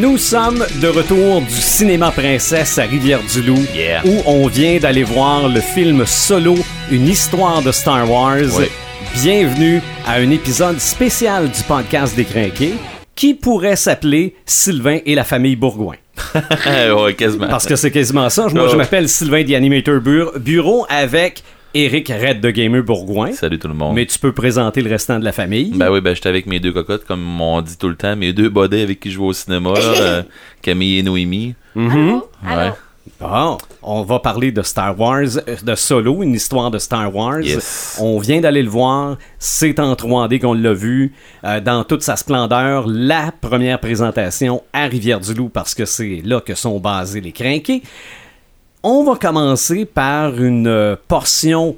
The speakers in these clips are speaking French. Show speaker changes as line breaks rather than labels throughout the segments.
Nous sommes de retour du cinéma princesse à Rivière-du-Loup,
Yeah.
où on vient d'aller voir le film solo Une histoire de Star Wars.
Oui.
Bienvenue à un épisode spécial du podcast Décrinqué qui pourrait s'appeler Sylvain et la famille Bourgoin.
ouais, quasiment.
Parce que c'est quasiment ça. Moi, je
Oh.
m'appelle Sylvain The Animator Bur- Bureau avec Eric Red de Gamer Bourgoin.
Salut tout le monde.
Mais tu peux présenter le restant de la famille.
Ben oui, ben j'étais avec mes deux cocottes, comme on dit tout le temps, mes deux bodets avec qui je vais au cinéma, là, euh, Camille et Noémie.
Allô?
Ouais.
Allô?
Bon, on va parler de Star Wars, euh, de Solo, une histoire de Star Wars.
Yes.
On vient d'aller le voir, c'est en 3D qu'on l'a vu, euh, dans toute sa splendeur, la première présentation à Rivière-du-Loup, parce que c'est là que sont basés les crinqués. On va commencer par une euh, portion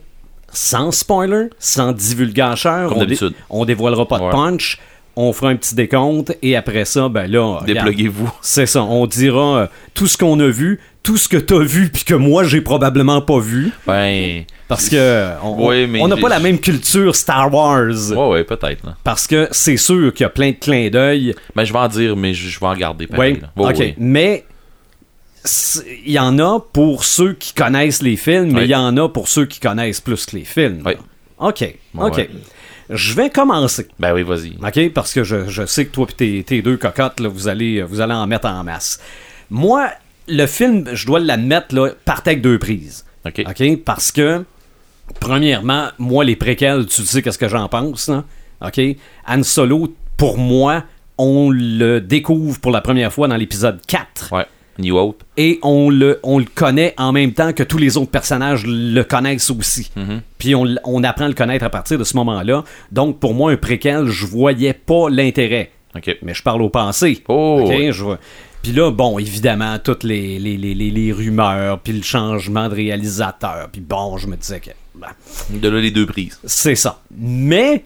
sans spoiler, sans divulgacheur.
Comme
On dé-
d'habitude.
On dévoilera pas de
Ouais.
punch. On fera un petit décompte et après ça, ben là, regarde,
Dépluguez-vous.
c'est ça, on dira euh, tout ce qu'on a vu, tout ce que t'as vu puis que moi j'ai probablement pas vu
Ben.
parce que euh, on
Ouais, mais
on n'a
j'ai-
pas la même culture Star Wars
Ouais, ouais, peut-être. là.
parce que c'est sûr qu'il y a plein de clins d'œil.
Ben je vais en dire, mais je je vais en garder pareil.
Ouais,
Ben là. Ouais,
OK,
ouais.
mais c'est- il y en a pour ceux qui connaissent les films, mais il
Ouais.
y en a pour ceux qui connaissent plus que les films.
Ouais.
OK. OK.
ouais.
Je vais commencer.
Ben oui, vas-y.
Mm. OK? Parce que je, je sais que toi et tes, tes deux cocottes, là, vous, allez, vous allez en mettre en masse. Moi, le film, je dois l'admettre, là, partait avec deux prises.
OK.
OK? Parce que, premièrement, moi, les préquels, tu sais qu'est-ce que j'en pense. là. OK? Han Solo, pour moi, on le découvre pour la première fois dans l'épisode 4
Ouais. New Hope.
et on le, on le connaît en même temps que tous les autres personnages le connaissent aussi.
Mhm.
Puis on, l- on apprend à le connaître à partir de ce moment-là. Donc pour moi, un préquel, je voyais pas l'intérêt.
OK.
Mais je parle au passé.
Oh,
OK,
ouais.
je vois. Puis là, bon, évidemment, toutes les, les, les, les, les rumeurs, puis le changement de réalisateur. Puis bon, je me disais que ben,
De là, les deux prises.
c'est ça. Mais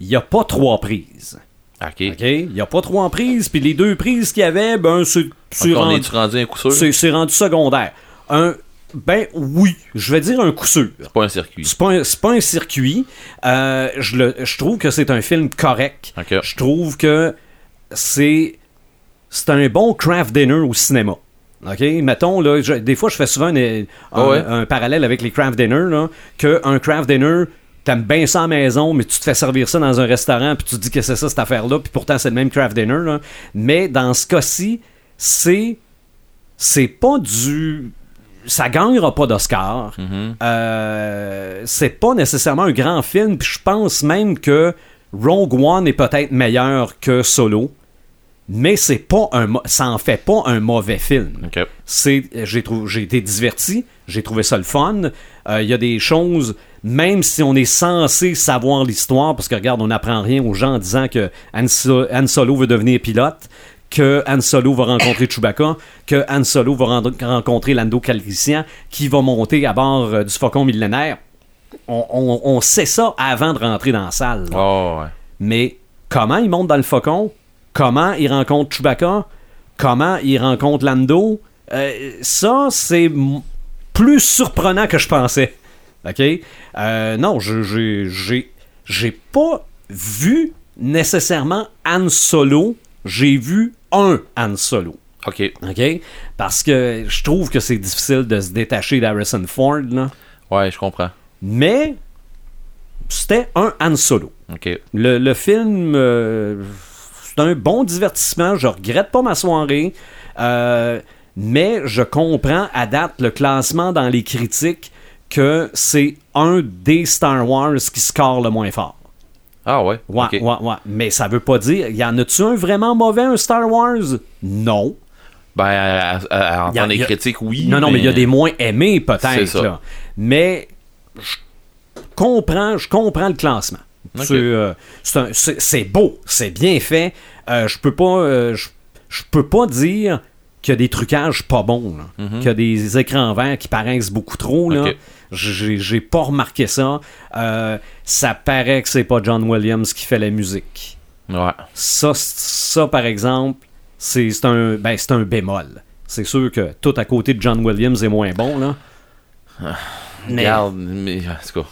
il n'y a pas trois prises.
OK.
OK? Il n'y a pas trois prises. Puis les deux prises qu'il y avait, ben, c'est
Ok,
sur
on est-tu rendu un coup sûr?
c'est, c'est rendu secondaire. Un, ben oui, je vais dire un coup sûr.
C'est pas un circuit.
C'est pas un, c'est pas un circuit. Euh, je, le- je trouve que c'est un film correct.
Ok.
Je trouve que c'est, c'est un bon craft dinner au cinéma. OK? Mettons, là, je- des fois, je fais souvent une- un,
Ah ouais?
un parallèle avec les craft dinners, là, que un craft dinner, t'aimes bien ça à la maison, mais tu te fais servir ça dans un restaurant, puis tu te dis que c'est ça, cette affaire-là, puis pourtant, c'est le même craft dinner, là. Mais dans ce cas-ci, c'est c'est pas du. Ça gagnera pas d'Oscar. Euh, c'est pas nécessairement un grand film. Puis je pense même que Rogue One est peut-être meilleur que Solo. Mais c'est pas un mo- ça en fait pas un mauvais film.
OK.
C'est j'ai trouvé j'ai été diverti, j'ai trouvé ça le fun. Euh, Il y a des choses même si on est censé savoir l'histoire parce que regarde on n'apprend rien aux gens en disant que Han, So- Han Solo veut devenir pilote, que Han Solo va rencontrer Chewbacca, que Han Solo va ren- rencontrer Lando Calrissian qui va monter à bord euh, du Faucon millénaire. On, on- on sait ça avant de rentrer dans la salle. là.
Oh, ouais.
Mais comment il monte dans le faucon? Comment il rencontre Chewbacca? Comment il rencontre Lando? Euh, ça, c'est m- plus surprenant que je pensais. OK? Euh, non, je- j'ai- j'ai j'ai pas vu nécessairement Han Solo. J'ai vu un Han Solo.
OK.
OK? Parce que je trouve que c'est difficile de se détacher d'Harrison Ford. là.
Ouais, je comprends.
Mais c'était un Han Solo.
OK.
Le, le film, euh, c'est un bon divertissement. Je regrette pas ma soirée. Euh, mais je comprends à date le classement dans les critiques que c'est un des Star Wars qui score le moins fort.
Ah, ouais.
Ouais,
OK.
ouais, ouais. Mais ça veut pas dire. Y en a-tu un vraiment mauvais, un Star Wars Non.
Ben, à, à- à
Y a-
entendre
y
les
a-
critiques, oui.
Non, non, mais il y a des moins aimés,
C'est
peut-être.
ça.
là. Mais je comprends, je comprends le classement.
Ok.
C'est, euh, c'est un- C'est c'est beau, c'est bien fait. Euh, je peux pas. euh, je, je peux pas dire qu'il y a des trucages pas bons, là. qu'il y a des écrans verts qui paraissent beaucoup trop. là.
Mhm. Ok.
J'ai j'ai pas remarqué ça. Euh, ça paraît que c'est pas John Williams qui fait la musique.
Ouais.
Ça, c- ça par exemple, c'est c'est un, ben, c'est un bémol. C'est sûr que tout à côté de John Williams est moins bon, là. Mais,
Regarde, mais, en tout cas.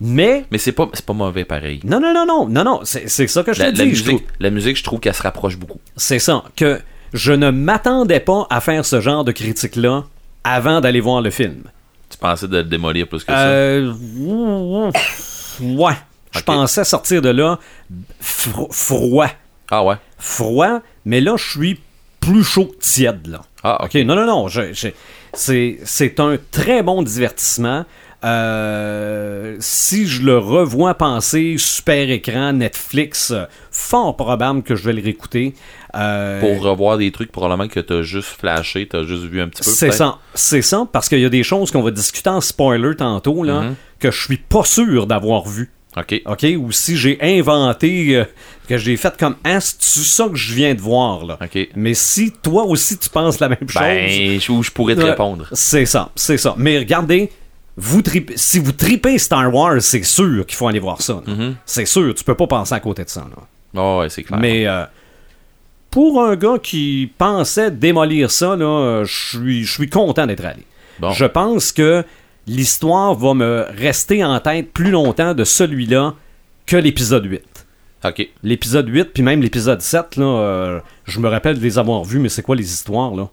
mais-
Mais c'est pas, c'est pas mauvais pareil.
non, non, non, non, non, non, c'est c'est ça que je
La,
te
la
dis. je
musique,
trouve-
la musique, je trouve qu'elle se rapproche beaucoup.
C'est ça, que je ne m'attendais pas à faire ce genre de critique-là avant d'aller voir le film.
Tu pensais de le démolir plus que ça?
Euh, ouh, ouh. ouais. Je
Ok.
pensais sortir de là fro- froid.
Ah ouais.
euh, Froid, mais là, je suis plus chaud que tiède, là.
Ah,
OK, non, non, non. je- je- c'est, c'est un très bon divertissement. Euh, si je le revois penser super écran Netflix, euh, fort probable que je vais le réécouter. Euh,
Pour revoir des trucs probablement que t'as juste flashé, t'as juste vu un petit peu.
c'est
peut-être.
ça, c'est ça, parce qu'il y a des choses qu'on va discuter en spoiler tantôt, là,
Mhm.
que je suis pas sûr d'avoir vu.
Ok.
OK? Ou si j'ai inventé, euh, que j'ai fait comme Ah, c'est-tu ça que je viens de voir, là?
Ok.
Mais si toi aussi tu penses la même chose.
Ben, je- où je pourrais te
Ouais,
répondre.
C'est ça, c'est ça. Mais regardez, vous tripez- si vous tripez Star Wars, c'est sûr qu'il faut aller voir ça. là.
Mm-hmm.
C'est sûr, tu peux pas penser à côté de ça. là.
Ah ouais, c'est clair.
Mais euh, pour un gars qui pensait démolir ça, là, euh, je suis- je suis content d'être allé.
Bon.
Je pense que l'histoire va me rester en tête plus longtemps de celui-là que l'épisode 8.
Ok.
L'épisode 8, puis même l'épisode 7, là, euh, je me rappelle de les avoir vus, mais c'est quoi les histoires, là?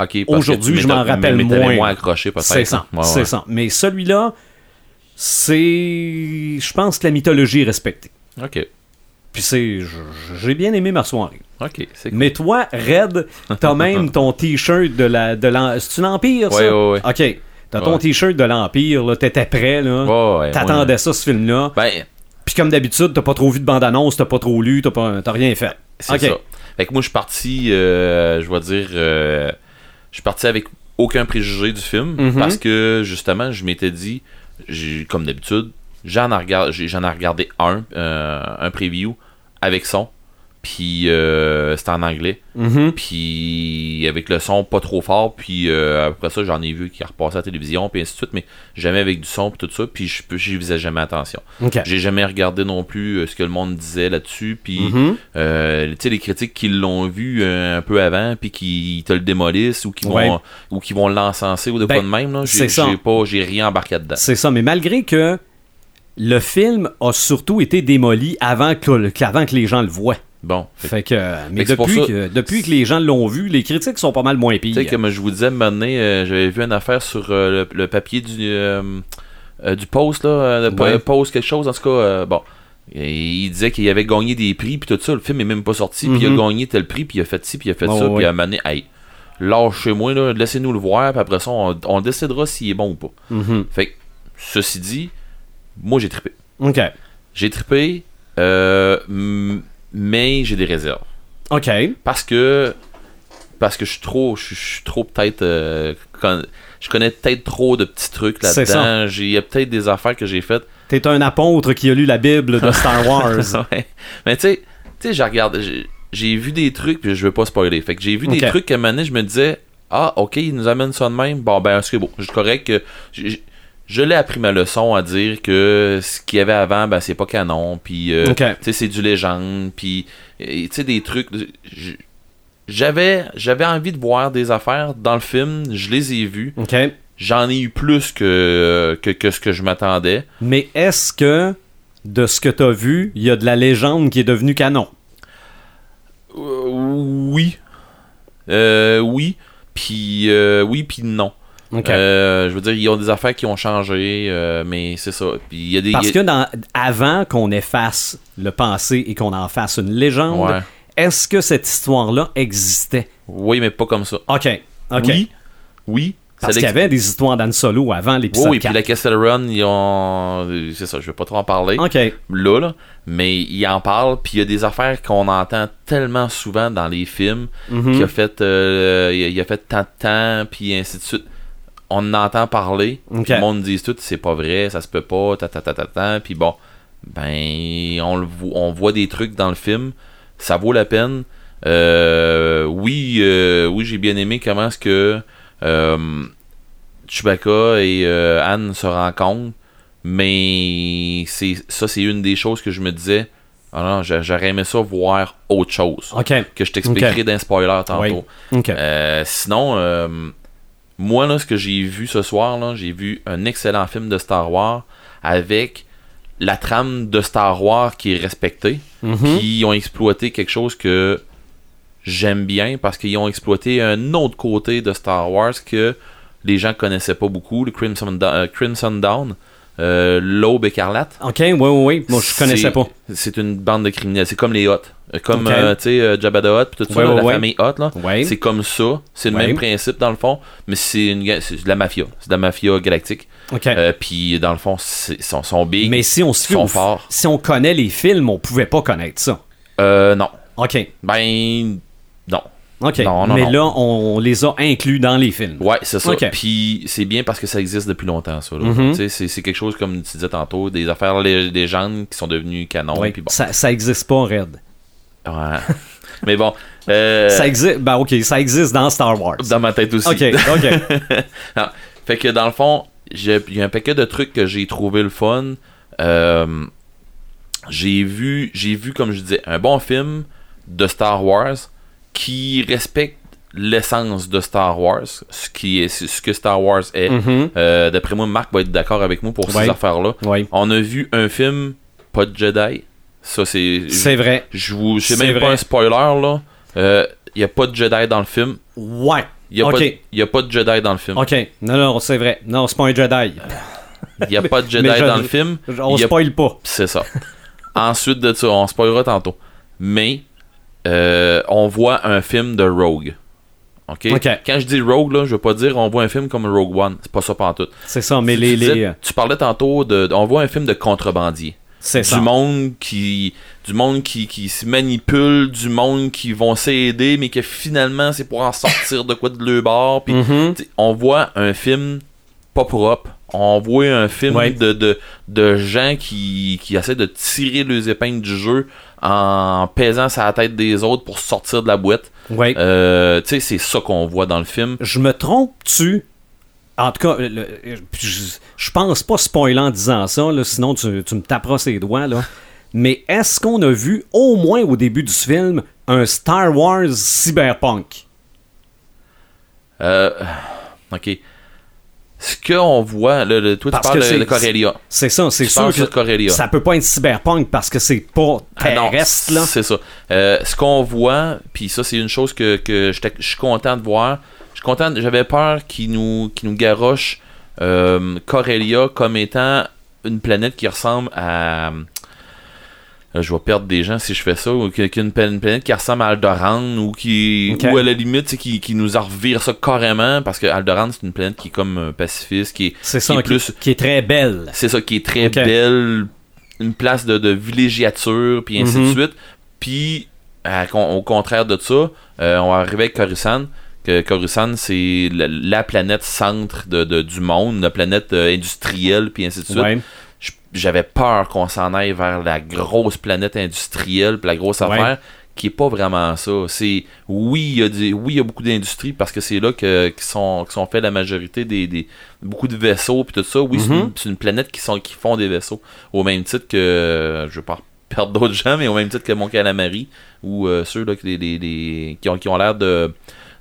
Ok.
Aujourd'hui, je m'en rappelle moins.
moins. moins accroché peut-être.
C'est ça,
Ouais, ouais.
c'est ça. Mais celui-là, c'est... Je pense que la mythologie est respectée.
Ok.
Puis c'est... je- J'ai bien aimé ma soirée.
Ok. C'est cool.
Mais toi, Red, t'as même ton t-shirt de la. De l'en- C'est-tu l'Empire, ça?
Ouais, ouais, ouais.
OK. T'as ton
Ouais.
t-shirt de l'Empire, là. T'étais prêt, là.
Ouais, ouais,
T'attendais ça, ce film-là.
Ben,
Puis comme d'habitude, t'as pas trop vu de bande-annonce, t'as pas trop lu, t'as, pas, t'as rien fait.
C'est
OK.
ça. Fait que moi, je suis parti, euh, je vais dire, euh, je suis parti avec aucun préjugé du film
Mhm.
parce que justement, je m'étais dit, j'ai- comme d'habitude, j'en ai, regard- j'ai- j'en ai regardé un, euh, un preview avec son, puis euh, c'était en anglais,
Mhm.
puis avec le son pas trop fort, puis euh, après ça, j'en ai vu qui repassait à la télévision, puis ainsi de suite, mais jamais avec du son, puis tout ça, puis je- j'y faisais jamais attention.
OK.
J'ai jamais regardé non plus euh, ce que le monde disait là-dessus, puis
Mhm.
euh, tu sais, les critiques qui l'ont vu euh, un peu avant, puis qui te le démolissent ou qui vont,
Ouais.
ou qui vont l'encenser ou de quoi
Ben,
de même, là,
c'est
j'ai
ça.
j'ai pas, j'ai rien embarqué dedans.
C'est ça. Mais malgré que le film a surtout été démoli avant que, le- qu'avant que les gens le voient.
Bon, fait-
Fait que, mais
Fait que c'est pour
depuis,
ça-
que, depuis que les gens l'ont vu, les critiques sont pas mal moins
tu sais,
pires.
comme je vous disais, à un moment donné, euh, j'avais vu une affaire sur euh, le, le papier du, euh, euh, du post, là, euh, le po-
Ouais.
post quelque chose, en tout cas, euh, bon. Et il disait qu'il avait gagné des prix, puis tout ça, le film est même pas sorti, puis il a
Mhm.
gagné tel prix, puis il a fait ci, puis il a fait
Ouais,
ça,
ouais,
puis à un moment donné, hey, lâchez-moi, là, laissez-nous le voir, puis après ça, on, on décidera s'il est bon ou pas.
Mhm.
Fait que, ceci dit, moi j'ai trippé.
OK.
J'ai trippé, euh, m- mais j'ai des réserves.
OK.
Parce que. Parce que je suis trop. Je suis- je suis trop peut-être. euh, con- je connais peut-être trop de petits trucs
C'est
là-dedans. J'ai- Il y a peut-être des affaires que j'ai faites.
T'es un apôtre qui a lu la Bible de Star Wars.
Ouais. Mais tu sais, tu sais, je regarde. j'ai- J'ai vu des trucs, puis je veux pas spoiler. Fait que j'ai vu des
Ok.
trucs qu'à un moment donné, je me disais Ah, ok, il nous amène ça de même. Bon, ben, c'est bon. Je suis correct que. j'ai- j'ai- Je l'ai appris ma leçon à dire que ce qu'il y avait avant, ben, c'est pas canon. Puis, euh,
Ok.
tu sais, c'est du légende. Puis, euh, tu sais, des trucs. j- J'avais, j'avais envie de voir des affaires dans le film. Je les ai vues.
OK.
J'en ai eu plus que, que, que ce que je m'attendais.
Mais est-ce que, de ce que t'as vu, il y a de la légende qui est devenue canon?
Euh, oui. Euh, oui. Puis euh, oui, puis non.
OK.
Euh, je veux dire, ils ont des affaires qui ont changé, euh, mais c'est ça. Puis il y a des.
Parce
il y
que dans- avant qu'on efface le passé et qu'on en fasse une
a-
légende,
Ouais.
est-ce que cette histoire-là existait?
Oui, mais pas comme ça.
OK. OK.
Oui. Oui.
Parce
ça
qu'il y
l'ex-
avait des histoires d'Anne Solo avant
Oui,
l'épisode
oui, puis
4.
la Castle Run, ils ont. C'est ça, je vais pas trop en parler.
OK.
Là, là. Mais ils en parlent, puis il y a des affaires qu'on entend tellement souvent dans les films,
Mhm.
qui a fait. euh, il, a, il a fait tant de temps, puis ainsi de suite. On en entend parler,
Ok.
puis le monde dit tout, c'est pas vrai, ça se peut pas, ta ta ta ta ta, puis bon, ben, on, le vo- on voit des trucs dans le film, ça vaut la peine. Euh, oui, euh, oui, j'ai bien aimé comment est-ce que euh, Chewbacca et euh, Anne se rencontrent, mais c'est ça, c'est une des choses que je me disais, ah non, j'a- j'aurais aimé ça voir autre chose,
OK.
que je t'expliquerai d'un spoiler tantôt.
Oui. OK.
Euh, sinon, euh, moi, là, ce que j'ai vu ce soir, là, j'ai vu un excellent film de Star Wars avec la trame de Star Wars qui est respectée.
Mhm.
Puis ils ont exploité quelque chose que j'aime bien parce qu'ils ont exploité un autre côté de Star Wars que les gens connaissaient pas beaucoup, le Crimson, Dawn- euh, Crimson Dawn, euh, l'aube écarlate.
Ok, oui, oui, oui. Moi, je connaissais
C'est-
pas.
C'est une bande de criminels, c'est comme les Hot. Comme,
Ok.
euh, tu sais, euh, Jabba the Hutt, puis tout ça,
Ouais,
là,
ouais,
la
ouais.
famille Hot, là.
Ouais.
C'est comme ça, c'est le
Ouais.
même principe dans le fond, mais c'est une ga- c'est de la mafia, c'est de la mafia galactique.
Ok.
Euh, puis dans le fond, c'est- son, son big.
Mais si on se fie
sont
au-
forts.
si on connaît les films, on pouvait pas connaître ça.
Euh, non.
Ok,
Ben, non.
ok.
Non, non,
Mais
non.
là, on, on les a inclus dans les films.
Ouais, c'est ça.
Ok.
Puis c'est bien parce que ça existe depuis longtemps, ça. là.
Mhm.
Tu sais, C'est c'est quelque chose, comme tu disais tantôt, des affaires lé- légendes qui sont devenues canon.
Ouais.
puis bon.
Ça, ça existe pas, Red.
Ouais. mais bon, euh,
Ça existe. Ben ok, ça existe dans Star Wars.
dans ma tête aussi.
Ok, ok.
Non. Fait que dans le fond, j'ai- il y a un paquet de trucs que j'ai trouvé le fun. Euh, j'ai vu, j'ai vu, comme je disais, un bon film de Star Wars qui respecte l'essence de Star Wars, ce qui est ce que Star Wars est.
Mhm.
Euh, D'après moi, Marc va être d'accord avec moi pour ces
Ouais.
affaires-là.
Ouais.
On a vu un film pas de Jedi. Ça c'est.
C'est vrai.
Je vous, c'est
C'est
même pas
vrai.
un spoiler là. Euh, Il y a pas de Jedi dans le film.
Ouais.
Il y a
ok,
pas de- y a pas de Jedi dans le film.
ok. Non, non, c'est vrai. Non, c'est pas un Jedi.
Il n'y a pas de Jedi
mais je-
dans le film.
On
Il y a-
spoil pas.
C'est ça. Ensuite de ça, on spoilera tantôt. Mais euh, on voit un film de Rogue. OK?
Ok.
Quand je dis Rogue, là, je veux pas dire on voit un film comme Rogue One. C'est pas ça pantoute.
C'est ça, mais
Tu
les.
disais-
les, euh,
tu parlais tantôt de. de- On voit un film de contrebandier.
C'est ça.
Du monde qui. Du monde qui, qui se manipule, du monde qui vont s'aider, mais que finalement c'est pour en sortir de quoi de leur bord. Puis
Mhm.
T'sais, on voit un film pas propre. On voit un film
Ouais.
de, de, de gens qui, qui essaient de tirer les épingles du jeu en pesant sur la tête des autres pour sortir de la boîte.
Ouais.
Euh, tu sais, c'est ça qu'on voit dans le film.
je me trompe-tu? En tout cas, le- le- je, je pense pas spoiler en disant ça, là, sinon tu, tu me taperas ses doigts. Là. Mais est-ce qu'on a vu, au moins au début du film, un Star Wars cyberpunk?
Euh, ok. Ce qu'on voit, le, le- toi tu
Parce
parles
que
de,
c'est-
de Corellia.
C'est ça, c'est
Tu parles
sûr
de Corellia.
que ça peut pas être cyberpunk parce que c'est pas
Ah non,
terrestre. là.
C'est ça. Euh, ce qu'on voit, puis ça, c'est une chose que, que j'étais- je suis content de voir. Je suis content, j'avais peur qu'ils nous, qu'ils nous garoche euh, Corellia comme étant une planète qui ressemble à. Euh, Je vais perdre des gens si je fais ça, ou que- qu'une pla- une planète qui ressemble à Alderan, ou qui,
Ok.
ou à la limite, c'est qui, qui nous en revire ça carrément, parce que Alderan, c'est une planète qui est comme euh, pacifiste, qui est,
C'est
qui
ça,
est
qui,
plus
qui est très belle.
c'est ça qui est très
Ok.
belle, une place de, de villégiature, puis ainsi de
Mhm.
suite. Puis, à con- au contraire de ça, euh, on va arriver avec Coruscant. Que Coruscant, c'est la, la planète centre de, de- du monde, la planète euh, industrielle, puis ainsi de suite.
Ouais.
J- J'avais peur qu'on s'en aille vers la grosse planète industrielle, puis la grosse
Ouais.
affaire, qui est pas vraiment ça. C'est oui, il y a des- oui, il y a beaucoup d'industries parce que c'est là que qui sont qui sont faits la majorité des, des- beaucoup de vaisseaux puis tout ça. Oui, c'est
Mhm.
une- c'est une, planète qui sont qui font des vaisseaux au même titre que je veux pas perdre d'autres gens, mais au même titre que mon calamari ou euh, ceux là que les, les- les- qui ont qui ont l'air de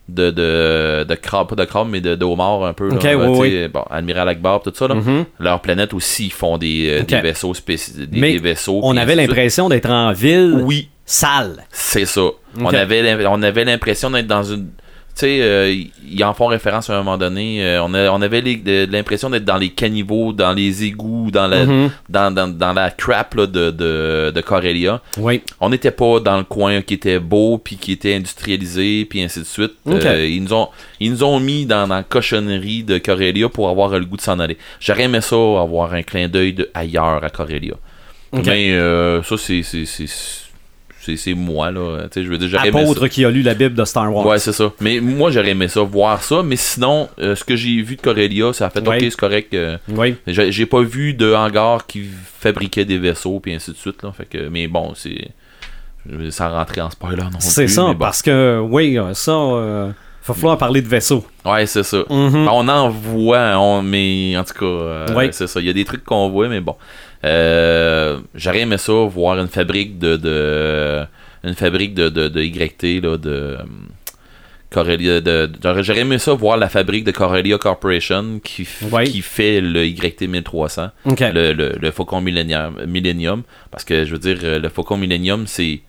de, de, de crabe, pas de crabe, mais de, de homard un peu. là.
Ok,
Euh,
oui,
tu
oui.
sais, Bon, Admiral Akbar, tout ça. Là
Mhm.
leur planète aussi ils font des, euh,
Ok.
des vaisseaux spécifiques des,
Mais
des vaisseaux
On
puis
avait
ainsi de suite.
l'impression d'être en ville
oui
sale.
c'est ça on avait l'im- on avait l'impression d'être dans une tu sais euh, ils en font référence à un moment donné euh, on, a- on avait les- de- l'impression d'être dans les caniveaux dans les égouts dans la
Mhm.
dans, dans, dans la crap là, de, de de Corellia
Oui.
on n'était pas dans le coin qui était beau puis qui était industrialisé puis ainsi de suite
Ok.
Euh, ils nous ont ils nous ont mis dans, dans la cochonnerie de Corellia pour avoir le goût de s'en aller j'aurais aimé ça avoir un clin d'œil de ailleurs à Corellia
Ok.
mais euh, ça c'est c'est c'est c'est- c'est moi là tu sais je veux dire j'aurais aimé ça.
Apôtre qui a lu la Bible de Star Wars.
Ouais, c'est ça. Mais moi, j'aurais aimé ça, voir ça. Mais sinon, euh, ce que j'ai vu de Corellia, ça a fait
Ouais.
OK, c'est correct. euh,
Oui.
j'ai j'ai pas vu de hangar qui fabriquait des vaisseaux puis ainsi de suite là. Fait que, mais bon, c'est je- sans rentrer en spoiler non
C'est
plus,
ça,
mais bon. Mm.
parce que, oui, euh, ça, euh, va falloir parler de vaisseau.
Ouais, c'est ça. Ben, on en voit, on- mais en tout cas, euh,
Mhm. Ouais.
c'est ça. Il y a des trucs qu'on voit, mais bon. Euh, J'aurais aimé ça, voir une fabrique de, de une fabrique de, de, de YT là, de euh, Corellia. De, de- j'aurais- J'aurais aimé ça, voir la fabrique de Corellia Corporation qui, f-
Ouais.
qui fait le YT 1300.
OK.
le, le, le Faucon Millennium, Millennium, parce que je veux dire, euh, le Faucon Millennium, c'est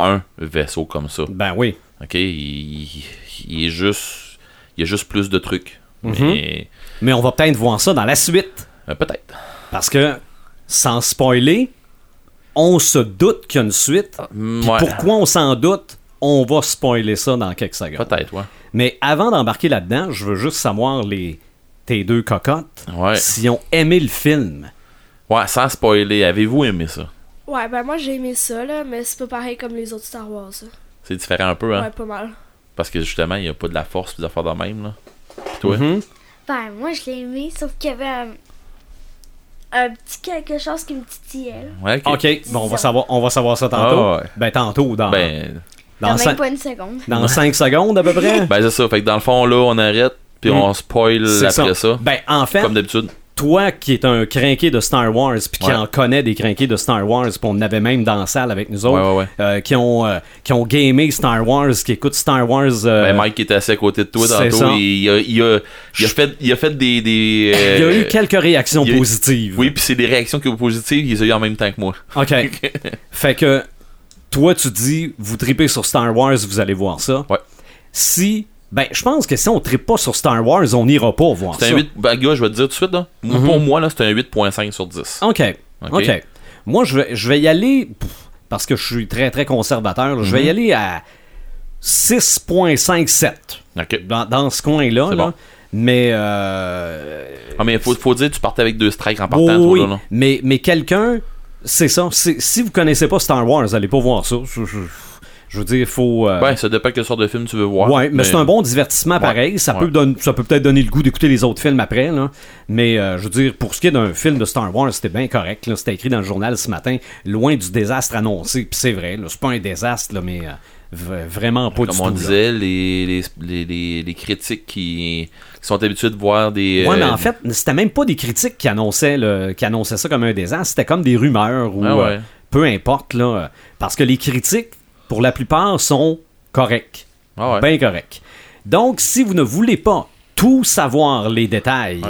un vaisseau comme ça.
Ben oui.
OK, il, il est juste. Il y a juste plus de trucs.
Mhm.
Mais,
Mais on va peut-être voir ça dans la suite.
euh, peut-être.
Parce que, sans spoiler, on se doute qu'il y a une suite. Puis
Ouais.
Pourquoi on s'en doute On va spoiler ça dans quelques secondes.
Peut-être, ouais.
Mais avant d'embarquer là-dedans, je veux juste savoir les tes deux cocottes
Ouais.
s'ils ont aimé le film.
Ouais, sans spoiler, avez-vous aimé ça?
Ouais, ben moi j'ai aimé ça, là, mais c'est pas pareil comme les autres Star Wars. là.
C'est différent un peu, hein?
Ouais, pas mal.
Parce que justement, il n'y a pas de la force pis des affaires de même, là. Pis Toi?
Mhm.
Ben, moi, je l'ai aimé, sauf qu'il y avait un, un petit quelque chose qui me titillait. là.
Ouais, ok.
Ok, bon, on va savoir, on va savoir ça tantôt.
Ah ouais.
Ben tantôt dans
Ben,
dans,
Dans même
cin-
pas une seconde.
dans cinq secondes à peu près.
ben c'est ça. Fait que dans le fond, là, on arrête, puis
Mm.
on spoil
C'est
après ça.
Ben en fait,
Comme d'habitude.
toi qui es un crinqué de Star Wars puis qui
Ouais.
en connaît des crinqués de Star Wars, puis on en avait même dans la salle avec nous autres,
Ouais, ouais, ouais.
euh, qui ont euh, qui ont gamé Star Wars, qui écoutent Star Wars. euh,
Ben, Mike qui était assis à côté de toi
c'est
tantôt,
ça.
il a, il, a, il a fait, il a fait des. des
il y a
euh,
eu quelques réactions
il y a eu-
positives.
Oui, puis c'est des réactions qui sont positives, il les a eu en même temps que moi.
OK. fait que toi, tu dis, vous tripez sur Star Wars, vous allez voir ça.
Ouais.
Si, ben, je pense que si on tripe pas sur Star Wars, on n'ira pas voir
C'est
ça. Mhm.
un 8. Ben, gars, je vais te dire tout de suite, là. Moi, Pour moi, là, c'est un 8.5 sur 10.
OK.
OK.
OK. Moi, je vais, je vais y aller, pff, parce que je suis très, très conservateur, là, je
Mhm.
vais y aller à 6.57
Ok.
dans, dans ce coin-là.
C'est
là.
bon.
Mais, euh,
Ah, mais faut, faut dire, tu partais avec deux strikes en partant,
oui,
toi,
oui,
là, là.
mais, mais quelqu'un, c'est ça. c'est- Si vous connaissez pas Star Wars, allez pas voir ça. Je, je- je veux dire, il faut... euh,
Ouais, ça dépend quelle sorte de film tu veux voir.
Ouais, mais, c'est un bon divertissement pareil. Ça, peut
ouais.
donne- ça peut peut-être donner le goût d'écouter les autres films après. Là. Mais euh, je veux dire, pour ce qui est d'un film de Star Wars, c'était bien correct. là. C'était écrit dans le journal ce matin, loin du désastre annoncé. Puis c'est vrai, là, c'est pas un désastre, là, mais euh, v- vraiment pas du
Comme on
tout. là.
disait, les, les, les, les, les critiques qui, qui sont habitués de voir des.
Ouais, mais en
euh,
fait, c'était même pas des critiques qui annonçaient, le- qui annonçaient ça comme un désastre. C'était comme des rumeurs ou
Ah ouais.
euh, peu importe. Là, euh, parce que les critiques, pour la plupart, sont correctes.
Ah ouais.
Bien correct. Donc, si vous ne voulez pas tout savoir les détails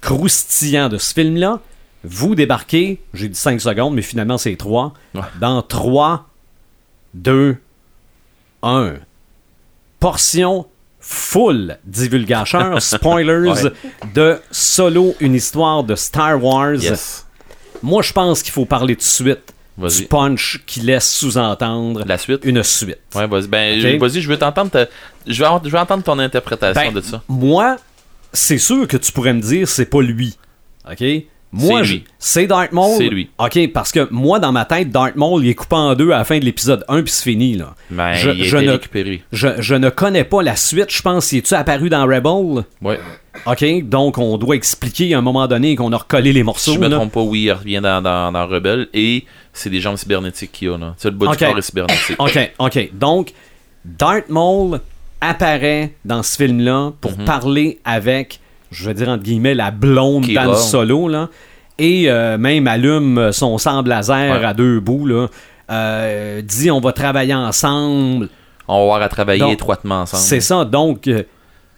croustillants de ce film-là, vous débarquez, j'ai dit 5 secondes, mais finalement c'est 3,
Ouais.
dans 3, 2, 1. Portion full divulgacheur, spoilers
Ouais.
de Solo, une histoire de Star Wars.
Yes.
Moi, je pense qu'il faut parler tout de suite
Vas-y.
du punch qui laisse sous-entendre
La suite.
une suite.
Ouais, vas-y. Ben,
Ok.
je- vas-y, je veux t'entendre. ta- Je, veux, je veux entendre ton interprétation
Ben,
de ça.
Moi, c'est sûr que tu pourrais me dire c'est pas lui. OK? Moi,
C'est
je-
lui.
c'est Darth Maul.
C'est lui.
OK, parce que moi, dans ma tête, Darth Maul, il est coupé en deux à la fin de l'épisode 1 puis c'est fini, là.
Ben,
je,
il a
je
été
ne,
récupéré.
je- je ne connais pas la suite. Je pense, il est-tu apparu dans Rebel?
Ouais.
OK? Donc, on doit expliquer à un moment donné qu'on a recollé les morceaux.
Si je me
là.
trompe pas, oui, il revient dans, dans, dans Rebelle et c'est des jambes cybernétiques qu'il y a là. Tu sais, le bas
Ok.
du corps est cybernétique.
OK, OK. Donc, Darth Maul apparaît dans ce film-là pour
Mhm.
parler avec, je vais dire entre guillemets, la blonde
Kira.
dans le solo, là. Et euh, même allume son sable laser
Ouais.
à deux bouts, là. Euh, dit on va travailler ensemble.
On va avoir à travailler
Donc,
étroitement ensemble.
C'est ça, donc... euh,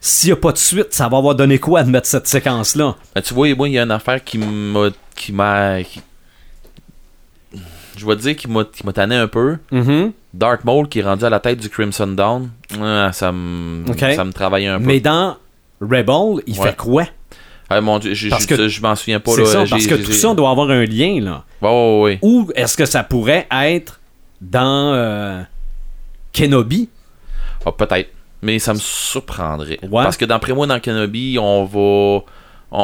s'il n'y a pas de suite, ça va avoir donné quoi de mettre cette séquence-là?
Ben, tu vois, moi, il y a une affaire qui m'a. qui m'a. qui- Je vais te dire qui m'a qui m'a tanné un peu. Mhm. Darth Maul qui est rendu à la tête du Crimson Dawn. Ah, ça me.
Ok.
Ça me travaillait un peu.
Mais dans Rebel, il
Ouais.
fait quoi?
Ah, mon Dieu, j'ai-
Parce
j'ai-
que-
je m'en souviens pas
C'est
là.
ça,
J'ai-
parce que
j'ai-
tout ça doit avoir un lien, là.
Ouais, ouais, ouais.
Ou est-ce que ça pourrait être dans euh, Kenobi
Ah, peut-être. Mais ça me surprendrait.
Ouais.
Parce que d'après moi, dans Kenobi, on va. On,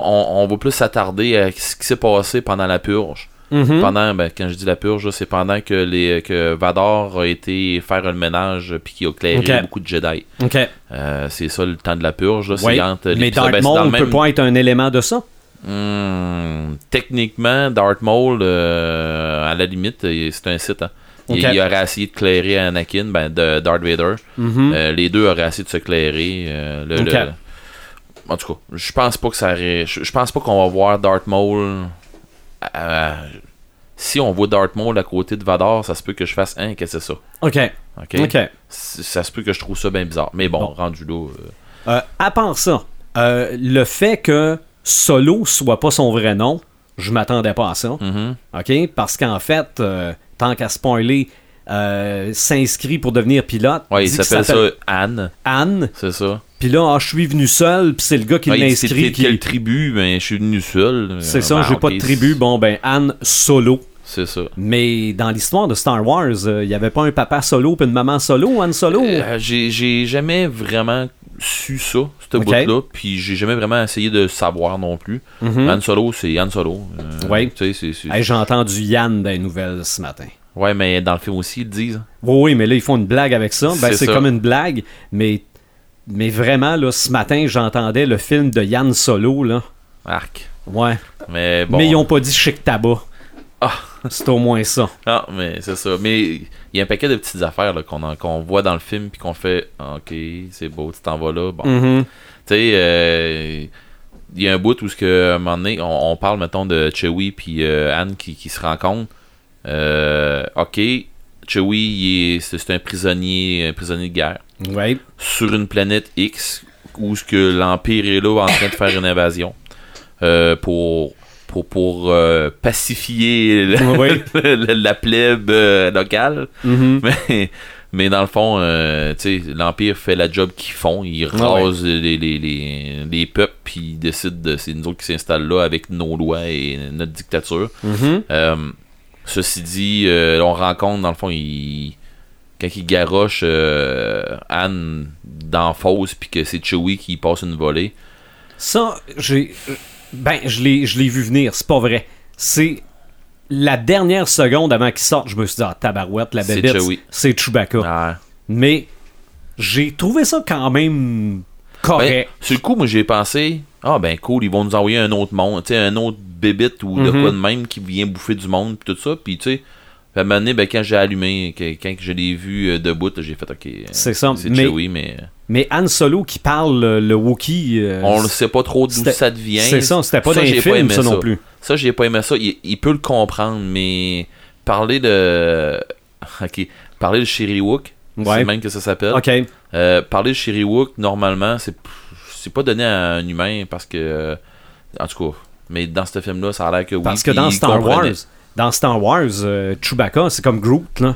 on- on va plus s'attarder à ce qui s'est passé pendant la purge.
Hmm.
Pendant, ben, quand je dis la purge, là, c'est pendant que, les, que Vador a été faire le ménage puis qu'il a éclairé
Ok.
beaucoup de Jedi.
Ok.
Euh, c'est ça le temps de la purge. Là,
Ouais.
c'est entre
Mais
l'épisode-
Darth
ben, c'est dans
Maul
le
peut
même-
pas être un élément de ça.
Hmm, techniquement, Darth Maul, euh, à la limite, il- c'est un site. hein. Il,
Ok.
il aurait essayé de clairer Anakin, ben, de Darth Vader.
Mhm.
Euh, les deux auraient essayé de se clairer. euh, le-
Ok.
le- En tout cas, je pense pas que ça aurait- Je je pense pas qu'on va voir Darth Maul. à- à- Si on voit Darth Maul à côté de Vador, ça se peut que je fasse un, qu'est-ce que c'est ça?
Ok.
Ok?
Ok.
C- Ça se peut que je trouve ça bien bizarre. Mais bon,
Bon.
rendu là. euh,
Euh, à part ça, euh, le fait que Solo soit pas son vrai nom, je m'attendais pas à ça.
mhm.
OK? Parce qu'en fait, euh, tant qu'à spoiler, euh, s'inscrit pour devenir pilote.
Ouais, il
dit qu'il
s'appelle ça Anne,
Anne.
c'est ça.
Puis là, ah, je suis venu seul, puis c'est le gars qui
Ouais, il dit, t'es
l'inscrit.
de
qui-
quelle tribu? Ben, je suis venu seul.
C'est
Euh,
ça,
ben,
j'ai pas
ok,
de tribu. Bon, ben, Anne solo.
C'est ça.
Mais dans l'histoire de Star Wars, euh, il n'y avait pas un papa solo puis une maman solo, Anne solo.
Euh, j'ai- j'ai jamais vraiment su ça, ce
Ok.
bout-là, puis j'ai jamais vraiment essayé de savoir non plus.
Mhm.
Han Solo, c'est Han Solo. Euh,
Ouais.
tu sais, c'est- c'est-
Hey, j'ai entendu Yann dans les nouvelles ce matin.
Ouais, mais dans le film aussi, ils le disent. hein.
Oui, oui, mais là, ils font une blague avec ça. Ben,
C'est
c'est
ça.
comme une blague, mais, mais vraiment, là, ce matin, j'entendais le film de Yann Solo, là.
Arc.
Ouais.
Mais bon.
Mais ils n'ont pas dit chic tabac.
Ah.
C'est au moins ça.
Ah, mais c'est ça. Mais il y a un paquet de petites affaires là, qu'on en- qu'on voit dans le film, puis qu'on fait Ah, Ok, c'est beau, tu t'en vas là. Bon.
Mhm.
Tu sais, euh, il y a un bout où, ce que, à un moment donné, on, on parle, mettons, de Chewie puis euh, Anne qui, qui se rencontrent. Euh, ok, Chewie, il est- c'est c'est un prisonnier, un prisonnier de guerre
Ouais.
sur une planète X où ce que l'Empire est là en train de faire une invasion euh, pour pour, pour euh, pacifier la,
Oui.
la- la plèbe euh, locale.
Mhm.
Mais, mais dans le fond, euh, tu sais, l'Empire fait la job qu'ils font. Ils
Ah ouais.
rasent les, les, les, les peuples, puis ils décident de. C'est nous autres qui s'installent là avec nos lois et notre dictature.
Mhm.
Euh, ceci dit, euh, on rencontre, dans le fond, il... quand il garoche euh, Anne dans la fosse, puis que c'est Chewie qui passe une volée.
Ça, j'ai. Ben, je l'ai, je l'ai vu venir, c'est pas vrai. C'est la dernière seconde avant qu'il sorte, je me suis dit, ah, tabarouette, la
C'est
bébête.
Chewie.
C'est Chewbacca.
Ah.
Mais j'ai trouvé ça quand même
Ben,
correct.
sur le coup, moi, j'ai pensé, ah ben cool, ils vont nous envoyer un autre monde, tu sais, un autre bébite ou de
Mhm.
quoi de même qui vient bouffer du monde, puis tout ça, puis tu sais. À un moment donné, ben, quand j'ai allumé, que- quand je l'ai vu euh, debout, là, j'ai fait OK. euh,
C'est ça,
C'est
mais-
Chewie, mais
Mais Han Solo qui parle euh, le Wookiee. euh,
on ne sait pas trop d'où
c'était-
ça devient.
C'est ça, c'était pas dans
j'ai
les films,
aimé
ça non plus.
Ça, j'ai pas aimé ça. Il, il peut le comprendre, mais parler de. Ok. Parler de Shiriwook, c'est
Ouais.
le même que ça s'appelle.
Ok.
Euh, parler de Shiriwook, normalement, c'est c'est pas donné à un humain parce que. euh, En tout cas. Mais dans ce film-là, ça a l'air que oui.
Parce que
puis
dans
il
Star Wars,
comprenait.
dans Star Wars, euh, Chewbacca, c'est comme Groot, là.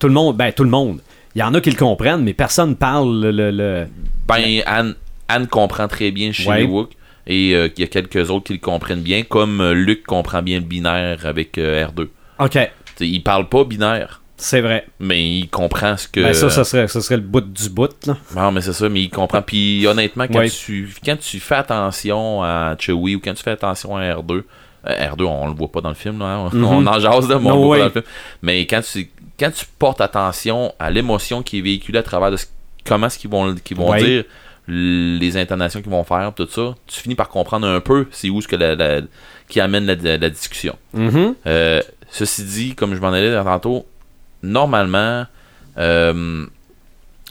Tout le monde, ben tout le monde. Il y en a qui le comprennent, mais personne parle le. le- le-
Ben, Anne, Anne comprend très bien Shiriwook. Et euh, il y a quelques autres qui le comprennent bien, comme euh, Luke comprend bien le binaire avec euh, R2.
Ok,
T'sais, il parle pas binaire,
c'est vrai.
mais il comprend ce que.
Ben ça, ça serait, ça serait le bout du bout, là.
Non, mais c'est ça, mais il comprend. Puis honnêtement, quand,
Ouais.
tu, quand tu fais attention à Chewie ou quand tu fais attention à R2, euh, R2, on le voit pas dans le film, là, hein, on,
Mhm.
on en jase de mais on
No
le voit
way.
pas dans le film. Mais quand tu, quand tu portes attention à l'émotion qui est véhiculée à travers de ce- comment ce qu'ils vont, qu'ils vont
Ouais.
dire, les intonations qu'ils vont faire, tout ça, tu finis par comprendre un peu c'est où ce que la, la- qui amène la- la- la discussion.
Mhm.
Euh, ceci dit, comme je m'en allais dans tantôt, normalement, euh,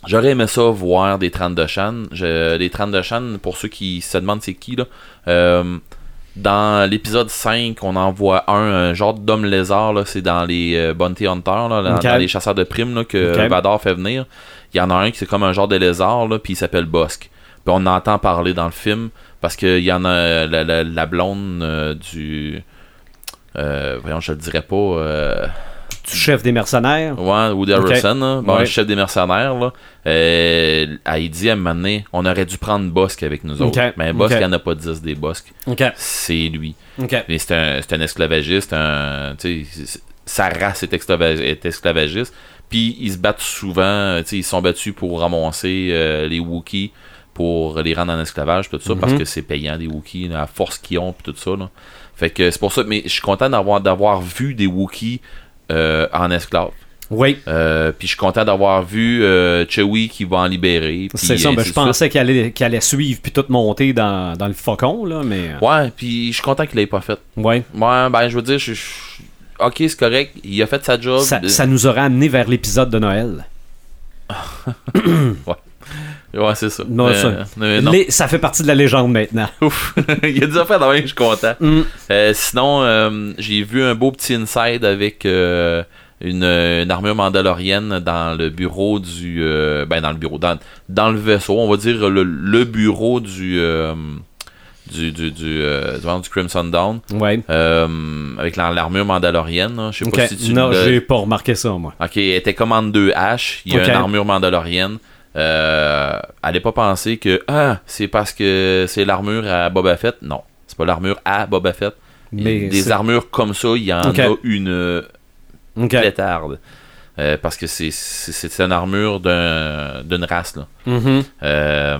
j'aurais aimé ça voir des 30 de Chan. Je- les 30 de Chan, pour ceux qui se demandent c'est qui, là, euh, dans l'épisode 5, on en voit un, un genre d'homme lézard, là, c'est dans les euh, Bounty Hunters, là, dans,
Ok.
dans les chasseurs de primes là, que
Ok.
Vador fait venir. Il y en a un qui c'est comme un genre de lézard, là, puis il s'appelle Bosque. Puis on entend parler dans le film, parce qu'il y en a la, la- la blonde euh, du... Euh, voyons, je le dirais pas. Euh,
Du chef des mercenaires.
ouais, Woody
Ok.
Harrelson, là, bon,
Ouais.
le chef des mercenaires, là, euh, elle dit à un moment donné, on aurait dû prendre Bosque avec nous autres.
Ok.
Mais Bosque,
Ok.
il n'y en a pas 10 des Bosques.
Ok.
C'est lui.
Ok.
Mais c'est un, c'est un esclavagiste, un, tu sais, c'est- sa race est, esclava- est esclavagiste. Puis ils se battent souvent, euh, tu sais, ils se sont battus pour ramasser euh, les Wookiees, pour les rendre en esclavage, tout ça, parce
Mhm.
que c'est payant des Wookiees, la force qu'ils ont, puis tout ça. là. Fait que c'est pour ça, mais je suis content d'avoir, d'avoir vu des Wookiees euh, en esclave.
Oui.
Euh, puis je suis content d'avoir vu euh, Chewie qui va en libérer. puis euh,
C'est ça, ben,
ainsi
je
de suite.
pensais qu'il allait, qu'il allait suivre puis tout monter dans, dans le faucon, là, mais. euh,
Ouais, puis je suis content qu'il l'ait pas fait.
Ouais.
Ouais, ben je veux dire, je, je- ok, c'est correct, il a fait sa job.
Ça,
Euh,
ça nous aurait amené vers l'épisode de Noël.
Ouais, c'est ça.
Non,
Euh,
ça-
euh, non.
Les- ça fait partie de la légende maintenant.
Ouf. il y a des affaires dans la même, je suis content.
Mm.
Euh, sinon, euh, j'ai vu un beau petit inside avec euh, une, une armure mandalorienne dans le bureau du. euh, ben, dans le bureau, dans, dans le vaisseau, on va dire le, le bureau du. euh, du, du, du, euh, du- du Crimson Dawn
Ouais.
euh, avec la- l'armure mandalorienne. là. Je sais
Ok.
pas si tu
non,
l'as-
j'ai pas remarqué ça, moi.
Ok, elle était commande 2 H, il y a
Ok.
une armure mandalorienne. Euh, allez pas penser que ah, c'est parce que c'est l'armure à Boba Fett. Non, c'est pas l'armure à Boba Fett.
Mais
Des
c'est-
armures comme ça, il y en
Ok.
a une euh,
Ok.
pétarde. Euh, parce que c'est- c'est c'est une armure d'un- d'une race. Là.
Mhm.
Euh,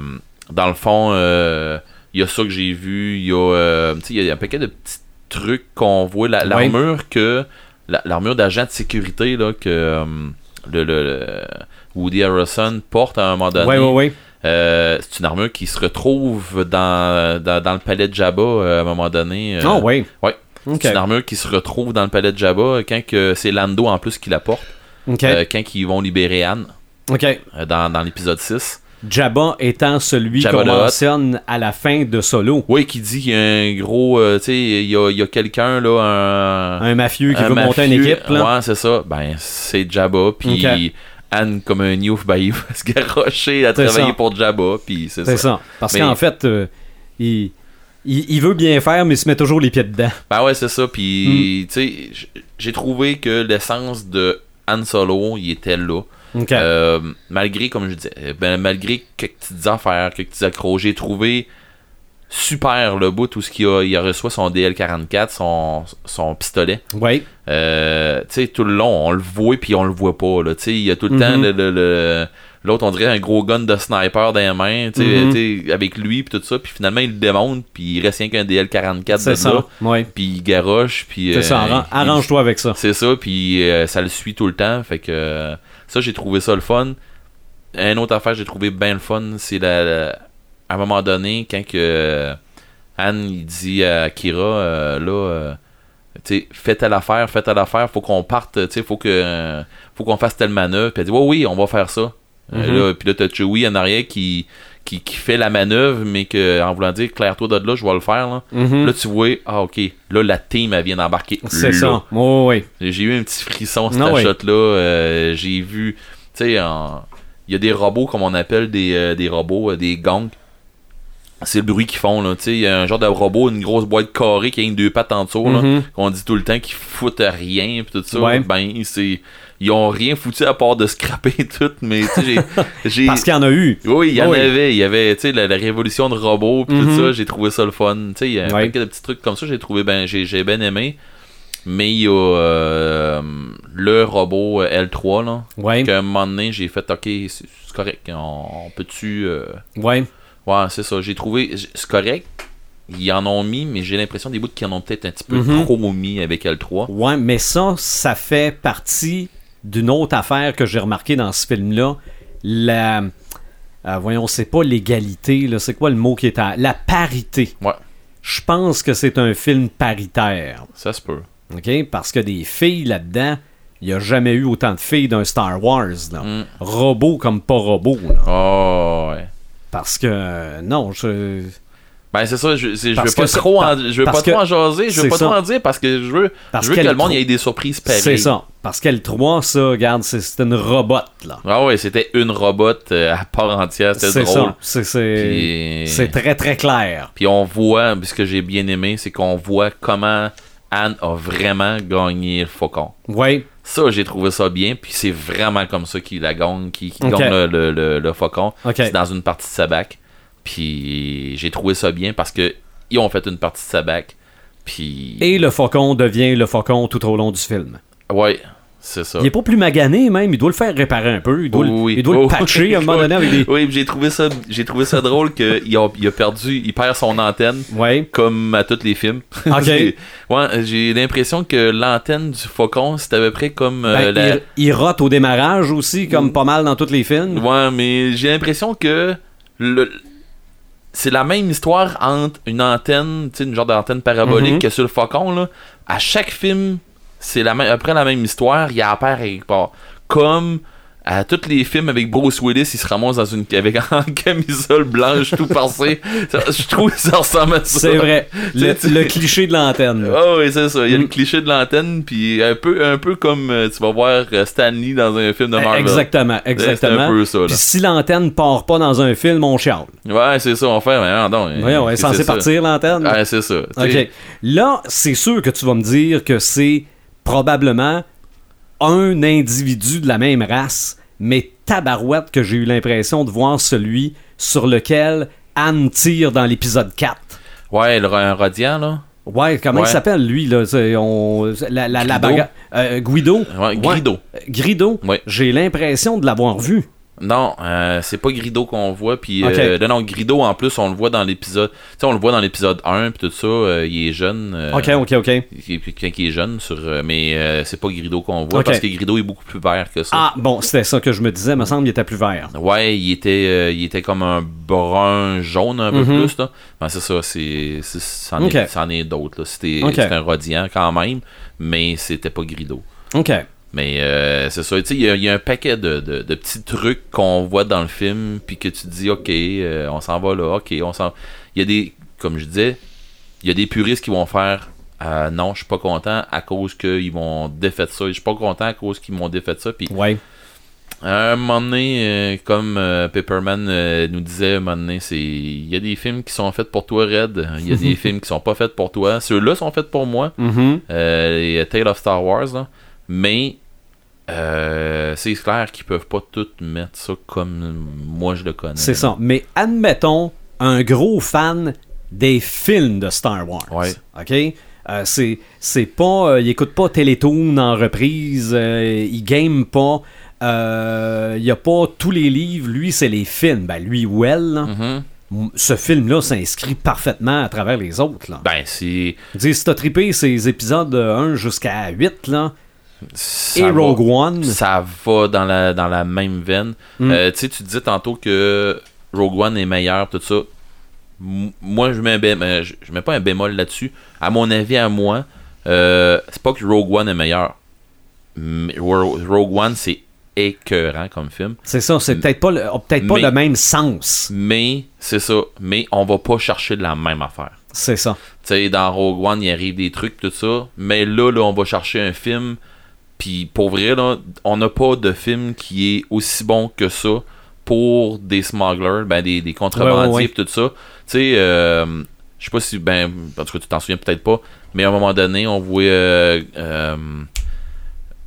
dans le fond, euh, il y a ça que j'ai vu. Il y, a, euh, tu sais, il y a un paquet de petits trucs qu'on voit. La-
Ouais.
L'armure que. la- L'armure d'agent de sécurité là, que euh, le, le- le Woody Harrelson porte à un moment donné.
Ouais, ouais, ouais.
euh, c'est une armure qui se retrouve dans, dans, dans le palais de Jabba euh, à un moment donné. euh,
Ah, ouais.
ouais.
Ok.
C'est une armure qui se retrouve dans le palais de Jabba quand que c'est Lando en plus qui la porte.
Ok.
euh, quand ils vont libérer Anne
Ok.
euh, dans, dans l'épisode 6.
Jabba étant celui
Jabba
qu'on
le Hutt.
mentionne à la fin de Solo.
Oui, qui dit qu'il y a un gros. euh, tu sais, il y a, il y a quelqu'un, là, un.
Un mafieux qui
un
veut monter une
mafieux.
équipe. Là.
Ouais, c'est ça. Ben, c'est Jabba. Puis
Ok.
Anne, comme un newf, ben, il va se garrocher à
C'est
travailler
ça.
pour Jabba. Puis c'est ça.
C'est ça. Parce
Mais-
qu'en fait, euh, il, il, il veut bien faire, mais il se met toujours les pieds dedans.
Ben ouais, c'est ça. Puis,
Mm.
tu sais, j- j'ai trouvé que l'essence de Han Solo, il était là.
Ok.
Euh, malgré, comme je disais, euh, ben, malgré quelques petites affaires, quelques petits accros, j'ai trouvé super le bout, tout ce qu'il a, il a reçoit son DL44, son, son pistolet.
ouais.
Euh, tu sais, tout le long, on le voit puis on le voit pas. Là. Tu sais, il y a tout le
Mhm.
temps le- le- le- l'autre, on dirait un gros gun de sniper dans les mains, tu sais,
Mhm.
tu sais, avec lui puis tout ça. Puis finalement, il le démonte puis il reste rien qu'un DL44 de
C'est
là.
ça. Ouais.
Puis il garoche puis.
C'est ça.
euh,
arran-
il-
Arrange-toi avec ça.
c'est ça, puis euh, ça le suit tout le temps. Fait que euh, ça, j'ai trouvé ça le fun. Un autre affaire que j'ai trouvé bien le fun, c'est la, la- à un moment donné, quand que euh, Anne il dit à Kira, euh, là, euh, tu sais, fais telle affaire, fais telle affaire, faut qu'on parte, tu sais, faut que euh, faut qu'on fasse telle manœuvre. Puis elle dit, ouais, oui, on va faire ça. Euh,
Mhm.
là, puis là, t'as Chewie en arrière qui, qui, qui fait la manœuvre, mais que en voulant dire, claire-toi de là, je vais le faire. Là.
Mhm.
là, tu vois, ah, ok, là, la team, elle vient d'embarquer.
C'est
là.
ça. Oh, ouais.
J'ai eu un petit frisson cette
Ah ouais.
shot là j'ai vu, tu sais, en- il y a des robots comme on appelle des, euh, des robots, euh, des gangs. C'est le bruit qu'ils font là, tu sais, il y a un genre de robot, une grosse boîte carrée qui a une deux pattes en dessous là,
Mhm.
qu'on dit tout le temps qu'ils foutent à rien puis tout ça.
Ouais.
Ben c'est ils ont rien foutu à part de scraper tout, mais tu sais, j'ai- j'ai
Parce qu'il y en a eu.
oui, il y en
Oui.
avait. Il y avait, tu sais, la, la révolution de robots, puis
Mhm.
tout ça, j'ai trouvé ça le fun. Tu sais, il y a un
Ouais.
paquet de petits trucs comme ça, j'ai trouvé, ben, j'ai j'ai bien aimé. Mais il y a euh, le robot euh, L3, là,
Ouais.
qu'à un moment donné, j'ai fait, ok, c'est c'est correct, on, on peut-tu... euh,
Ouais.
Ouais, c'est ça, j'ai trouvé, j- c'est correct, ils en ont mis, mais j'ai l'impression des bouts qui en ont peut-être un petit peu
Mhm.
trop mis avec L3.
Ouais, mais ça, ça fait partie d'une autre affaire que j'ai remarqué dans ce film-là. La. euh, voyons, c'est pas l'égalité, là. C'est quoi le mot qui est à. La parité.
Ouais,
Je pense que c'est un film paritaire.
ça se peut.
OK? Parce que des filles là-dedans, il n'y a jamais eu autant de filles d'un Star Wars. Là.
Mm.
Robot comme pas robot. là.
Oh, ouais.
Parce que, euh, non, je.
Ben c'est ça, je, c'est- je veux
Parce
pas
que c'est-
trop en,
par-
je veux
parce
pas trop
que-
en jaser, je
c'est
veux pas
ça.
trop en dire parce que je veux,
Parce
je veux que
qu'elle
le monde
trou-
ait des surprises pareilles.
C'est ça. Parce qu'elle 3, ça, regarde, c'est c'est une robote, là.
Ah ouais, c'était une robot euh, à part entière, c'était
C'est
drôle.
ça. C'est- C'est
Puis,
c'est très, très clair.
puis on voit, puis ce que j'ai bien aimé, c'est qu'on voit comment Anne a vraiment gagné le faucon.
Oui.
Ça, j'ai trouvé ça bien, puis c'est vraiment comme ça qu'il la gagne, qu'il qu'il
Ok.
gagne le, le- le- le faucon.
Ok.
C'est dans une partie de sa bac. Puis j'ai trouvé ça bien parce que ils ont fait une partie de sa bac. Puis
Et le faucon devient le faucon tout au long du film.
ouais, c'est ça.
Il est pas plus magané, même. Il doit le faire réparer un peu. Il doit, le-
Oui, oui.
il doit
Oui,
le
oui.
patcher à un moment donné avec des.
Oui, puis j'ai trouvé ça, j'ai trouvé ça drôle qu'il a, il a perdu, il perd son antenne
Ouais.
comme à tous les films.
Ok.
J'ai- ouais, j'ai l'impression que l'antenne du faucon, c'est à peu près comme euh,
Ben,
la- Mm.
il, il rote au démarrage aussi, comme pas mal dans tous les films.
Ouais, mais j'ai l'impression que le c'est la même histoire entre une antenne, tu sais, une genre d'antenne parabolique
Mhm.
que sur le faucon là. À chaque film, c'est la même après la même histoire, il y a à part quelque part. Comme à tous les films avec Bruce Willis, il se ramasse dans une avec en camisole blanche tout passé. je trouve que ça ressemble à ça.
C'est vrai. Le,
Tu- tu-
le cliché de l'antenne. là.
Ah oui, c'est ça. Il y a le
Mm.
cliché de l'antenne, puis un peu, un peu comme euh, tu vas voir euh, Stan Lee dans un
Eh,
film de Marvel.
Exactement,
Ah, C'est un
exactement.
peu ça, là.
Puis si l'antenne part pas dans un film, on chiale.
Ouais, c'est ça, on fait, mais non, non.
Voyons, on est
Eh, c'est
censé
ça. Ah,
partir l'antenne.
Ouais, c'est ça. Tu sais,
OK. Là, c'est sûr que tu vas me dire que c'est probablement un individu de la même race, mais tabarouette que j'ai eu l'impression de voir celui sur lequel Anne tire dans l'épisode 4.
Ouais, le, un Rodian, là.
Ouais, comment
Ouais.
il s'appelle lui là c'est- on, la, la, la
Guido.
bagarre- euh, Guido.
Ouais, Grido.
Ouais. Grido.
Ouais.
J'ai l'impression de l'avoir vu.
Non, euh, c'est pas Grido qu'on voit. Puis
Ok.
euh, non, non, Grido en plus, on le voit dans l'épisode. Tu sais, on le voit dans l'épisode 1 puis tout ça. euh, il est jeune. euh,
Ok, ok, ok.
il- il- Quelqu'un qui est jeune sur. euh, mais euh, c'est pas Grido qu'on voit
Ok.
parce que Grido est beaucoup plus vert que ça.
Ah bon, c'était ça que je me disais. Me semble il était plus vert.
Ouais, il était, euh, il était comme un brun jaune un peu
Mhm.
plus. Là. Ben, c'est ça, c'est, c'est- c'en, est,
Ok.
c'en est d'autres. là. C'était,
Ok.
c'était un rodian quand même, mais c'était pas Grido.
Ok.
Mais euh, c'est ça, tu sais, il y, a- il y a un paquet de, de- de petits trucs qu'on voit dans le film, puis que tu te dis, ok, euh, on s'en va là, ok, on s'en. Il y a des, comme je disais, il y a des puristes qui vont faire, euh, non, je suis pas content à cause qu'ils m'ont défait ça, je suis pas content à cause qu'ils m'ont défait ça, puis
Ouais.
à un moment donné, euh, comme euh, Pepperman euh, nous disait, un moment donné, c'est il y a des films qui sont faits pour toi, Red. Il y a des films qui sont pas faits pour toi. Ceux-là sont faits pour moi.
Mhm.
Euh, les Tale of Star Wars, là. mais euh, c'est clair qu'ils peuvent pas tout mettre ça comme moi je le connais.
C'est ça. Mais admettons un gros fan des films de Star Wars.
Ouais.
OK? Euh, c'est, c'est pas. euh, il écoute pas Télétoon en reprise, euh, il game pas, euh, il y a pas tous les livres, lui c'est les films. Ben lui ou elle, là,
Mhm.
m- ce film-là s'inscrit parfaitement à travers les autres. Là.
Ben, c'est.
Je veux dire, si t'as trippé ces épisodes de 1 jusqu'à 8, là,
ça
et
va-
Rogue One,
Ça va dans la, dans la même veine.
Mm.
Euh, tu sais, tu disais tantôt que Rogue One est meilleur, tout ça. M- moi, je mets, un bé- euh, je, je mets pas un bémol là-dessus. À mon avis, à moi, euh, c'est pas que Rogue One est meilleur. Mais Ro- Rogue One, c'est écœurant comme film.
c'est ça, c'est peut-être pas, le, a peut-être pas
Mm. Mais-
le même sens.
Mais, c'est ça. Mais on va pas chercher de la même affaire.
C'est ça.
Tu sais, dans Rogue One, il arrive des trucs, tout ça. Mais là, là, on va chercher un film. Puis pour vrai, là, on n'a pas de film qui est aussi bon que ça pour des smugglers, ben des, des contrebandiers,
Ouais, ouais, ouais.
pis tout ça. Tu sais, euh, je sais pas si, ben, en tout cas, tu t'en souviens peut-être pas, mais à un moment donné, on voit. euh, euh,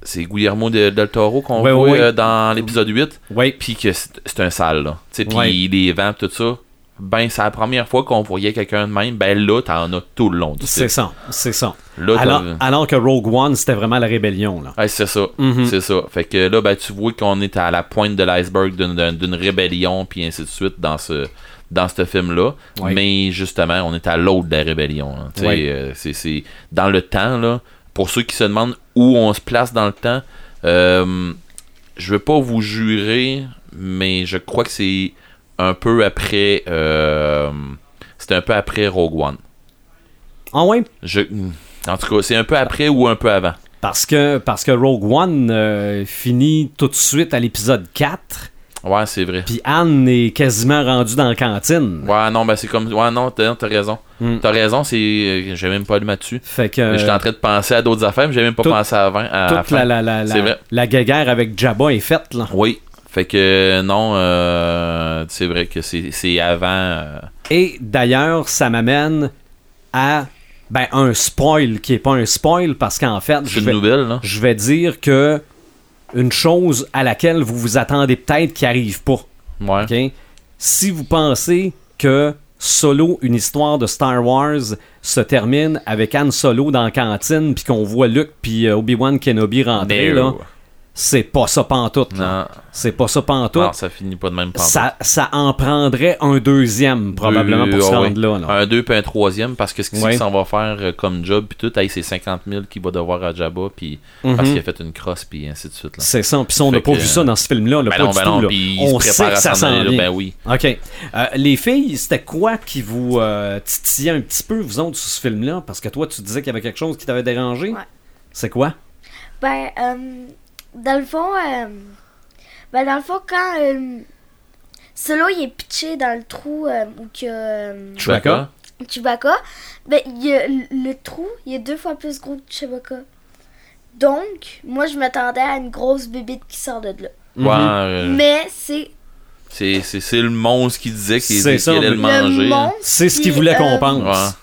c'est Guillermo de- del Toro qu'on
Ouais,
voit
ouais, ouais.
euh, dans l'épisode 8
Oui.
puis que c'est c'est un sale, là. Tu sais, puis
Ouais.
les vents, tout ça. Ben, c'est la première fois qu'on voyait quelqu'un de même. Ben là, t'en as tout le long du
C'est
film.
ça, c'est ça.
Là, t'as-
alors, alors que Rogue One, c'était vraiment la rébellion, là.
Ouais, c'est ça.
Mhm.
C'est ça. Fait que là, ben, tu vois qu'on est à la pointe de l'iceberg d'une- d'une d'une rébellion, puis ainsi de suite, dans ce dans ce film-là.
Ouais.
Mais justement, on est à l'autre de la rébellion. là. Tu sais,
Ouais.
euh, c'est- c'est dans le temps, là. Pour ceux qui se demandent où on se place dans le temps, euh, je veux pas vous jurer, mais je crois que c'est un peu après. euh, c'est un peu après Rogue One.
Ah ouais?
Je, en tout cas, c'est un peu après ou un peu avant.
Parce que, parce que Rogue One euh, finit tout de suite à l'épisode 4,
Ouais, c'est vrai.
puis Anne est quasiment rendue dans la cantine.
Ouais, non, ben c'est comme. Ouais, non, t'as t'as raison.
Mm.
T'as raison, c'est. euh, J'ai même pas lu là-dessus.
Fait que
Mais J'étais en train de penser à d'autres affaires, mais j'ai même pas
Euh, Tout-
pensé avant. À, à la
toute
fin.
la, la, la,
C'est vrai.
la, la guéguerre avec Jabba est faite, là.
Oui. Fait que euh, non, euh, c'est vrai que c'est c'est avant. euh,
Et d'ailleurs, ça m'amène à ben, un spoil qui est pas un spoil, parce qu'en fait,
c'est
je
une
vais,
nouvelle, là.
je vais dire que une chose à laquelle vous vous attendez peut-être qui arrive pas.
Ouais.
OK? Si vous pensez que Solo, une histoire de Star Wars, se termine avec Han Solo dans la cantine, puis qu'on voit Luke puis euh, Obi-Wan Kenobi rentrer,
No.
là, c'est pas ça pantoute. là.
euh, Non.
C'est pas ça
non,
pantoute.
ça finit pas de même pendant.
Ça, ça en prendrait un deuxième, probablement, pour se
ah
rendre
oui.
là. là.
Un deux puis un troisième, parce que ce qu'il
Ouais.
s'en va faire euh, comme job, puis tout, hey, c'est 50 000 qu'il va devoir à Jabba, puis parce
Mhm.
qu'il a fait une crosse, puis ainsi de suite. Là.
C'est ça. Puis ça, on
Fait
n'a pas
que-
vu ça dans ce film-là. là,
Ben
pas
non,
du
ben
tout,
non,
là.
puis il se
on
prépare
sait
à
que ça
s'en
s'en
aller, là.
vient.
Ben oui.
OK. Euh, les filles, c'était quoi qui vous euh, titillait un petit peu, vous autres, sur ce film-là? Parce que toi, tu disais qu'il y avait quelque chose qui t'avait dérangé.
Ouais.
C'est quoi?
Ben, euh, dans le fond, euh, Ben, dans le fond, quand euh, Solo il est pitché dans le trou euh, où que euh,
Chewbacca.
Chewbacca, ben, il y a- le trou il est deux fois plus gros que Chewbacca. Donc, moi, je m'attendais à une grosse bébite qui sort de là.
Mhm.
Ouais, euh,
Mais c'est
c'est, c'est, c'est le monstre qui disait qu'il,
C'est
qu'il
ça,
allait
mais-
le manger. hein.
le monstre.
C'est ce
puis,
qu'il voulait qu'on
euh,
pense.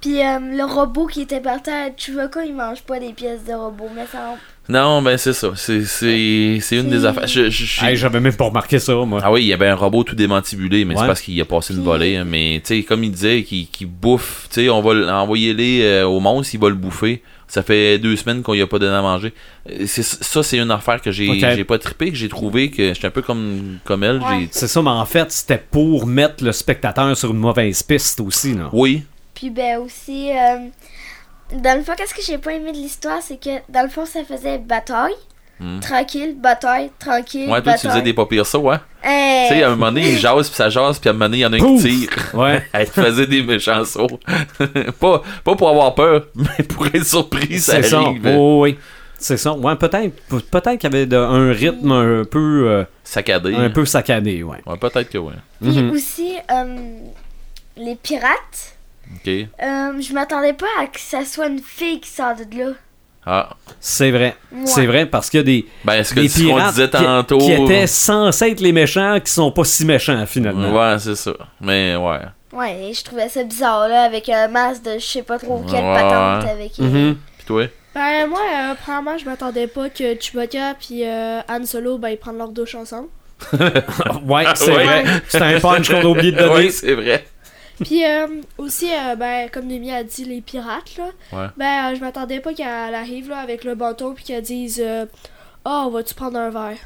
Puis euh, le robot qui était par terre, Chewbacca, il mange pas des pièces de robot, mais ça
Non, ben c'est ça. C'est, c'est, c'est une des
C'est-
affaires. Je- je- je-
Hey, J'avais même pas remarqué ça, moi.
Ah oui, il y avait un robot tout démantibulé, mais
Ouais.
c'est parce qu'il a passé une
Puis-
volée. hein. Mais tu sais, comme il disait, qu'il qu'il bouffe, tu sais, on va envoyer les au monstre, il va le bouffer. Ça fait deux semaines qu'on lui a pas donné à manger. Euh, c'est- Ça, c'est une affaire que j'ai
Ok.
j'ai pas trippé, que j'ai trouvé que j'étais un peu comme, comme elle.
Ouais.
j'ai-
C'est ça, mais en fait, c'était pour mettre le spectateur sur une mauvaise piste aussi. Là.
Oui,
Puis ben aussi, euh, dans le fond, qu'est-ce que j'ai pas aimé de l'histoire, c'est que dans le fond, ça faisait bataille.
Hmm.
Tranquille, bataille, tranquille.
ouais, toi, tu faisais
bataille. Eh,
des hein. pas pires ça, ouais.
Hey,
Tu sais, euh, à un moment donné, il jase, puis ça jase, puis à un moment donné, il y en a un
Pouf!
qui tire.
Ouais.
Elle te faisait des méchants sauts. pas, pas pour avoir peur, mais pour être surpris, ça
C'est ça.
arrive. euh,
Oh, oui. C'est ça. Ouais, peut-être peut peut-être qu'il y avait de- un rythme un peu, euh,
Saccadé.
un peu saccadé. Ouais.
Ouais, peut-être que oui.
Puis
Mhm.
aussi, euh, les pirates.
Ok.
euh, je m'attendais pas à que ça soit une fille qui sort de là.
Ah,
C'est vrai.
Ouais.
C'est vrai parce qu'il y a des,
Ben, ce que
des
ce qu'on
pirates
disait
qui-
tantôt.
qui, étaient censés être les méchants qui sont pas si méchants finalement.
Ouais, c'est ça. Mais ouais.
Ouais, et je trouvais ça bizarre là, avec un masque de je sais pas trop quelle
Ouais. Mm-hmm.
patente avec. euh,
Mhm.
Pis toi?
Ben, moi, euh, premièrement, je m'attendais pas que Chewbacca puis euh, Han Solo, ben, ils prennent leur douche ensemble.
Ouais, c'est
Ouais.
vrai. C'est un punch qu'on a oublié de donner.
Ouais, c'est vrai.
Puis euh, aussi, euh, ben, comme Demi a dit, les pirates, là.
Ouais.
Ben, euh, je m'attendais pas qu'elle arrive, là, avec le bâton, puis qu'elle dise euh, Oh, vas-tu prendre un verre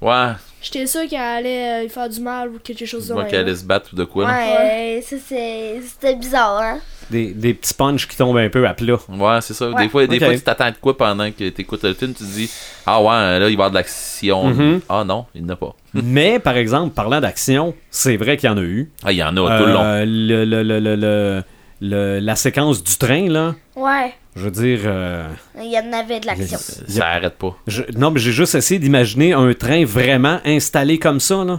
Ouais,
J'étais sûre qu'elle allait euh, lui faire du mal ou quelque chose de
moi
même,
qu'elle
là.
allait se battre ou de quoi. là.
Ouais, ça c'est- c'était bizarre, hein.
Des, des petits punchs qui tombent un peu à plat.
Ouais, c'est ça.
Ouais.
Des fois, des
Ok.
fois tu t'attends de quoi pendant que t'écoutes le film, tu te dis Ah ouais, là, il va y avoir de l'action.
Mhm.
Ah non, il n'y en a pas.
Mais par exemple, parlant d'action, c'est vrai qu'il y en a eu.
Ah, il y en a tout le long.
Euh, le- le- le- le- le- le- la séquence du train, là,
Ouais,
je veux dire. euh,
il y en avait de l'action.
il y
Ça
a-
arrête pas.
je- non, mais j'ai juste essayé d'imaginer un train vraiment installé comme ça, là.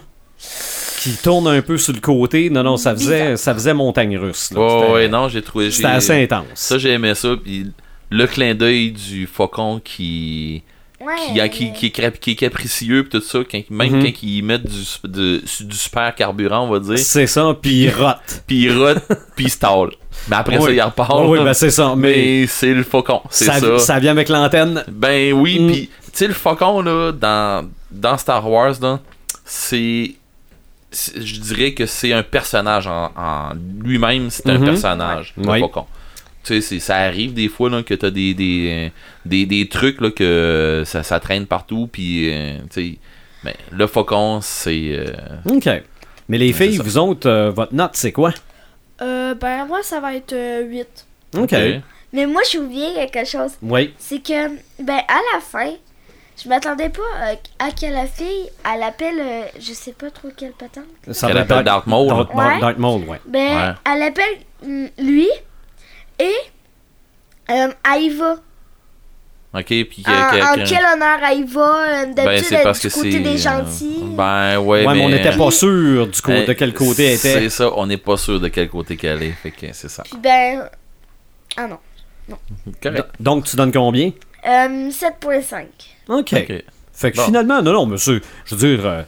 Qui tourne un peu sur le côté. Non, non, ça faisait, ça faisait montagne russe. là.
Ouais,
C'était-
ouais, non, j'ai trouvé. j'ai-
C'était assez intense.
Ça, j'ai aimé ça. Puis le clin d'œil du faucon qui.
Ouais.
euh, qui, a- qui, qui, est, crap- qui est capricieux pis tout ça, quand- même
Mhm.
quand ils mettent du, sp- de- su- du super carburant, on va dire,
C'est ça, puis il rote.
puis ils rotent, puis ils stallent. Mais après ça,
Oui.
ils repartent.
Ah oui, ben c'est ça. Mais,
mais c'est le faucon, c'est ça.
ça, ça vient avec l'antenne.
Ben oui,
Mm.
puis tu sais, le faucon, là, dans, dans Star Wars, là, c'est. c'est- Je dirais que c'est un personnage en, en lui-même, c'est un
Mhm.
personnage, le
Ouais.
faucon. Tu sais, c'est- ça arrive des fois là, que t'as des, des, des, des trucs là, que euh, ça, ça traîne partout, puis euh, tu sais. Mais le faucon, c'est. euh,
OK. Mais les
c'est
filles,
ça.
vous autres, euh, votre note, c'est quoi?
Euh, ben, moi, ça va être euh, 8.
OK.
Mais moi, j'ai oublié quelque chose.
Oui.
C'est que, ben, à la fin, je m'attendais pas euh, à que la fille, elle appelle, euh, je sais pas trop quelle patente.
Ça
Qu'elle
va
appelle
être
Darth Maul.
Darth,
Ouais.
Darth Maul, ouais.
Ben,
Ouais.
elle appelle mm, lui et euh, elle y va.
Ok, puis que-
en, en
que- que-
quel honneur elle y va euh,
ben,
D'habitude,
c'est
elle
parce
est
que
du
c'est.
côté des
euh,
gentils.
Ben
Ouais,
ouais,
mais on n'était pas
Oui.
sûr du co-
Euh,
de quel côté était.
C'est ça, on n'est pas sûr de quel côté qu'elle est. Fait que c'est ça.
Puis ben, ah non.
Do-
Correct.
Donc, tu donnes combien?
Euh, 7.5.
OK.
Ok.
Fait que
Bon.
finalement, non, non, monsieur, je veux dire, euh,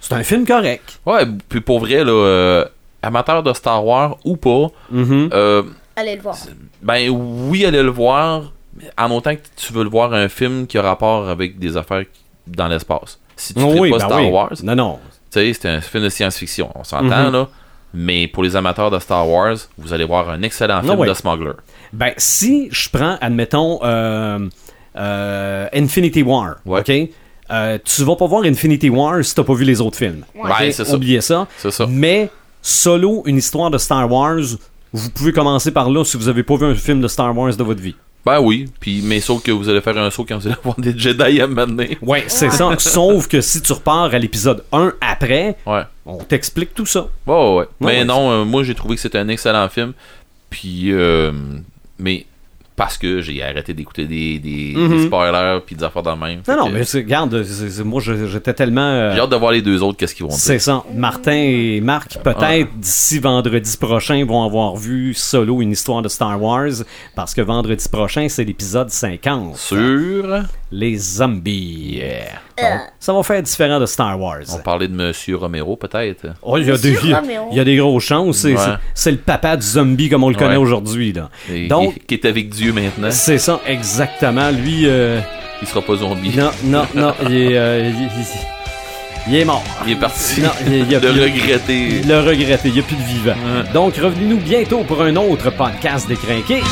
c'est un film correct.
Ouais, puis pour vrai, là, euh, amateur de Star Wars ou pas,
Mhm.
euh,
Allez le voir.
ben oui, allez le voir, mais en autant que tu veux le voir un film qui a rapport avec des affaires dans l'espace. Si tu ne
oui,
pas
ben
Star
oui.
Wars, tu
Non, non.
sais, c'est un film de science-fiction, on s'entend
Mhm.
là. Mais pour les amateurs de Star Wars, vous allez voir un excellent film
Ah ouais.
de Smuggler.
Ben, si je prends, admettons, euh, euh, Infinity War,
Ouais.
OK? Euh, tu vas pas voir Infinity War si t'as pas vu les autres films.
Ouais,
OK?
c'est ça.
Oubliez ça.
C'est ça.
Mais solo, une histoire de Star Wars, vous pouvez commencer par là si vous avez pas vu un film de Star Wars de votre vie.
Ben oui, puis mais sauf que vous allez faire un saut quand vous allez voir des Jedi à mener.
Ouais, c'est ça. Sauf que si tu repars à l'épisode 1 après,
Ouais.
on t'explique tout ça.
Ouais, ouais, ouais.
Ouais,
mais
ouais.
non, euh, moi j'ai trouvé que c'était un excellent film. Puis, euh, mais parce que j'ai arrêté d'écouter des, des,
Mhm.
des spoilers puis des affaires dans le même. Fait
Non, non,
que
mais c'est- regarde, c'est- c'est- moi je- j'étais tellement. euh,
J'ai hâte de voir les deux autres, qu'est-ce qu'ils vont dire.
C'est ça. Martin et Marc, peut-être
Ah.
d'ici vendredi prochain, vont avoir vu solo une histoire de Star Wars, parce que vendredi prochain, c'est l'épisode 50.
Sûr.
Les zombies.
Yeah.
Ça va faire différent de Star Wars.
On parlait de Monsieur Romero, peut-être.
Oh, il y a
Monsieur
des, il y a-
Romero.
il y a des grosses chances. C'est,
Ouais.
c'est- c'est le papa du zombie comme on le connaît
Ouais.
aujourd'hui. Là.
Et-
Donc,
qui est avec Dieu maintenant.
c'est ça, exactement. Lui, euh,
Il sera pas zombie.
non, non, non, il est, euh, il- il- il est mort.
Il est parti.
Non, il- il a-
de
il a-
regretter.
Il l'a regretté, il n'y a plus de vivant. Donc, revenez-nous bientôt pour un autre podcast décrinqué.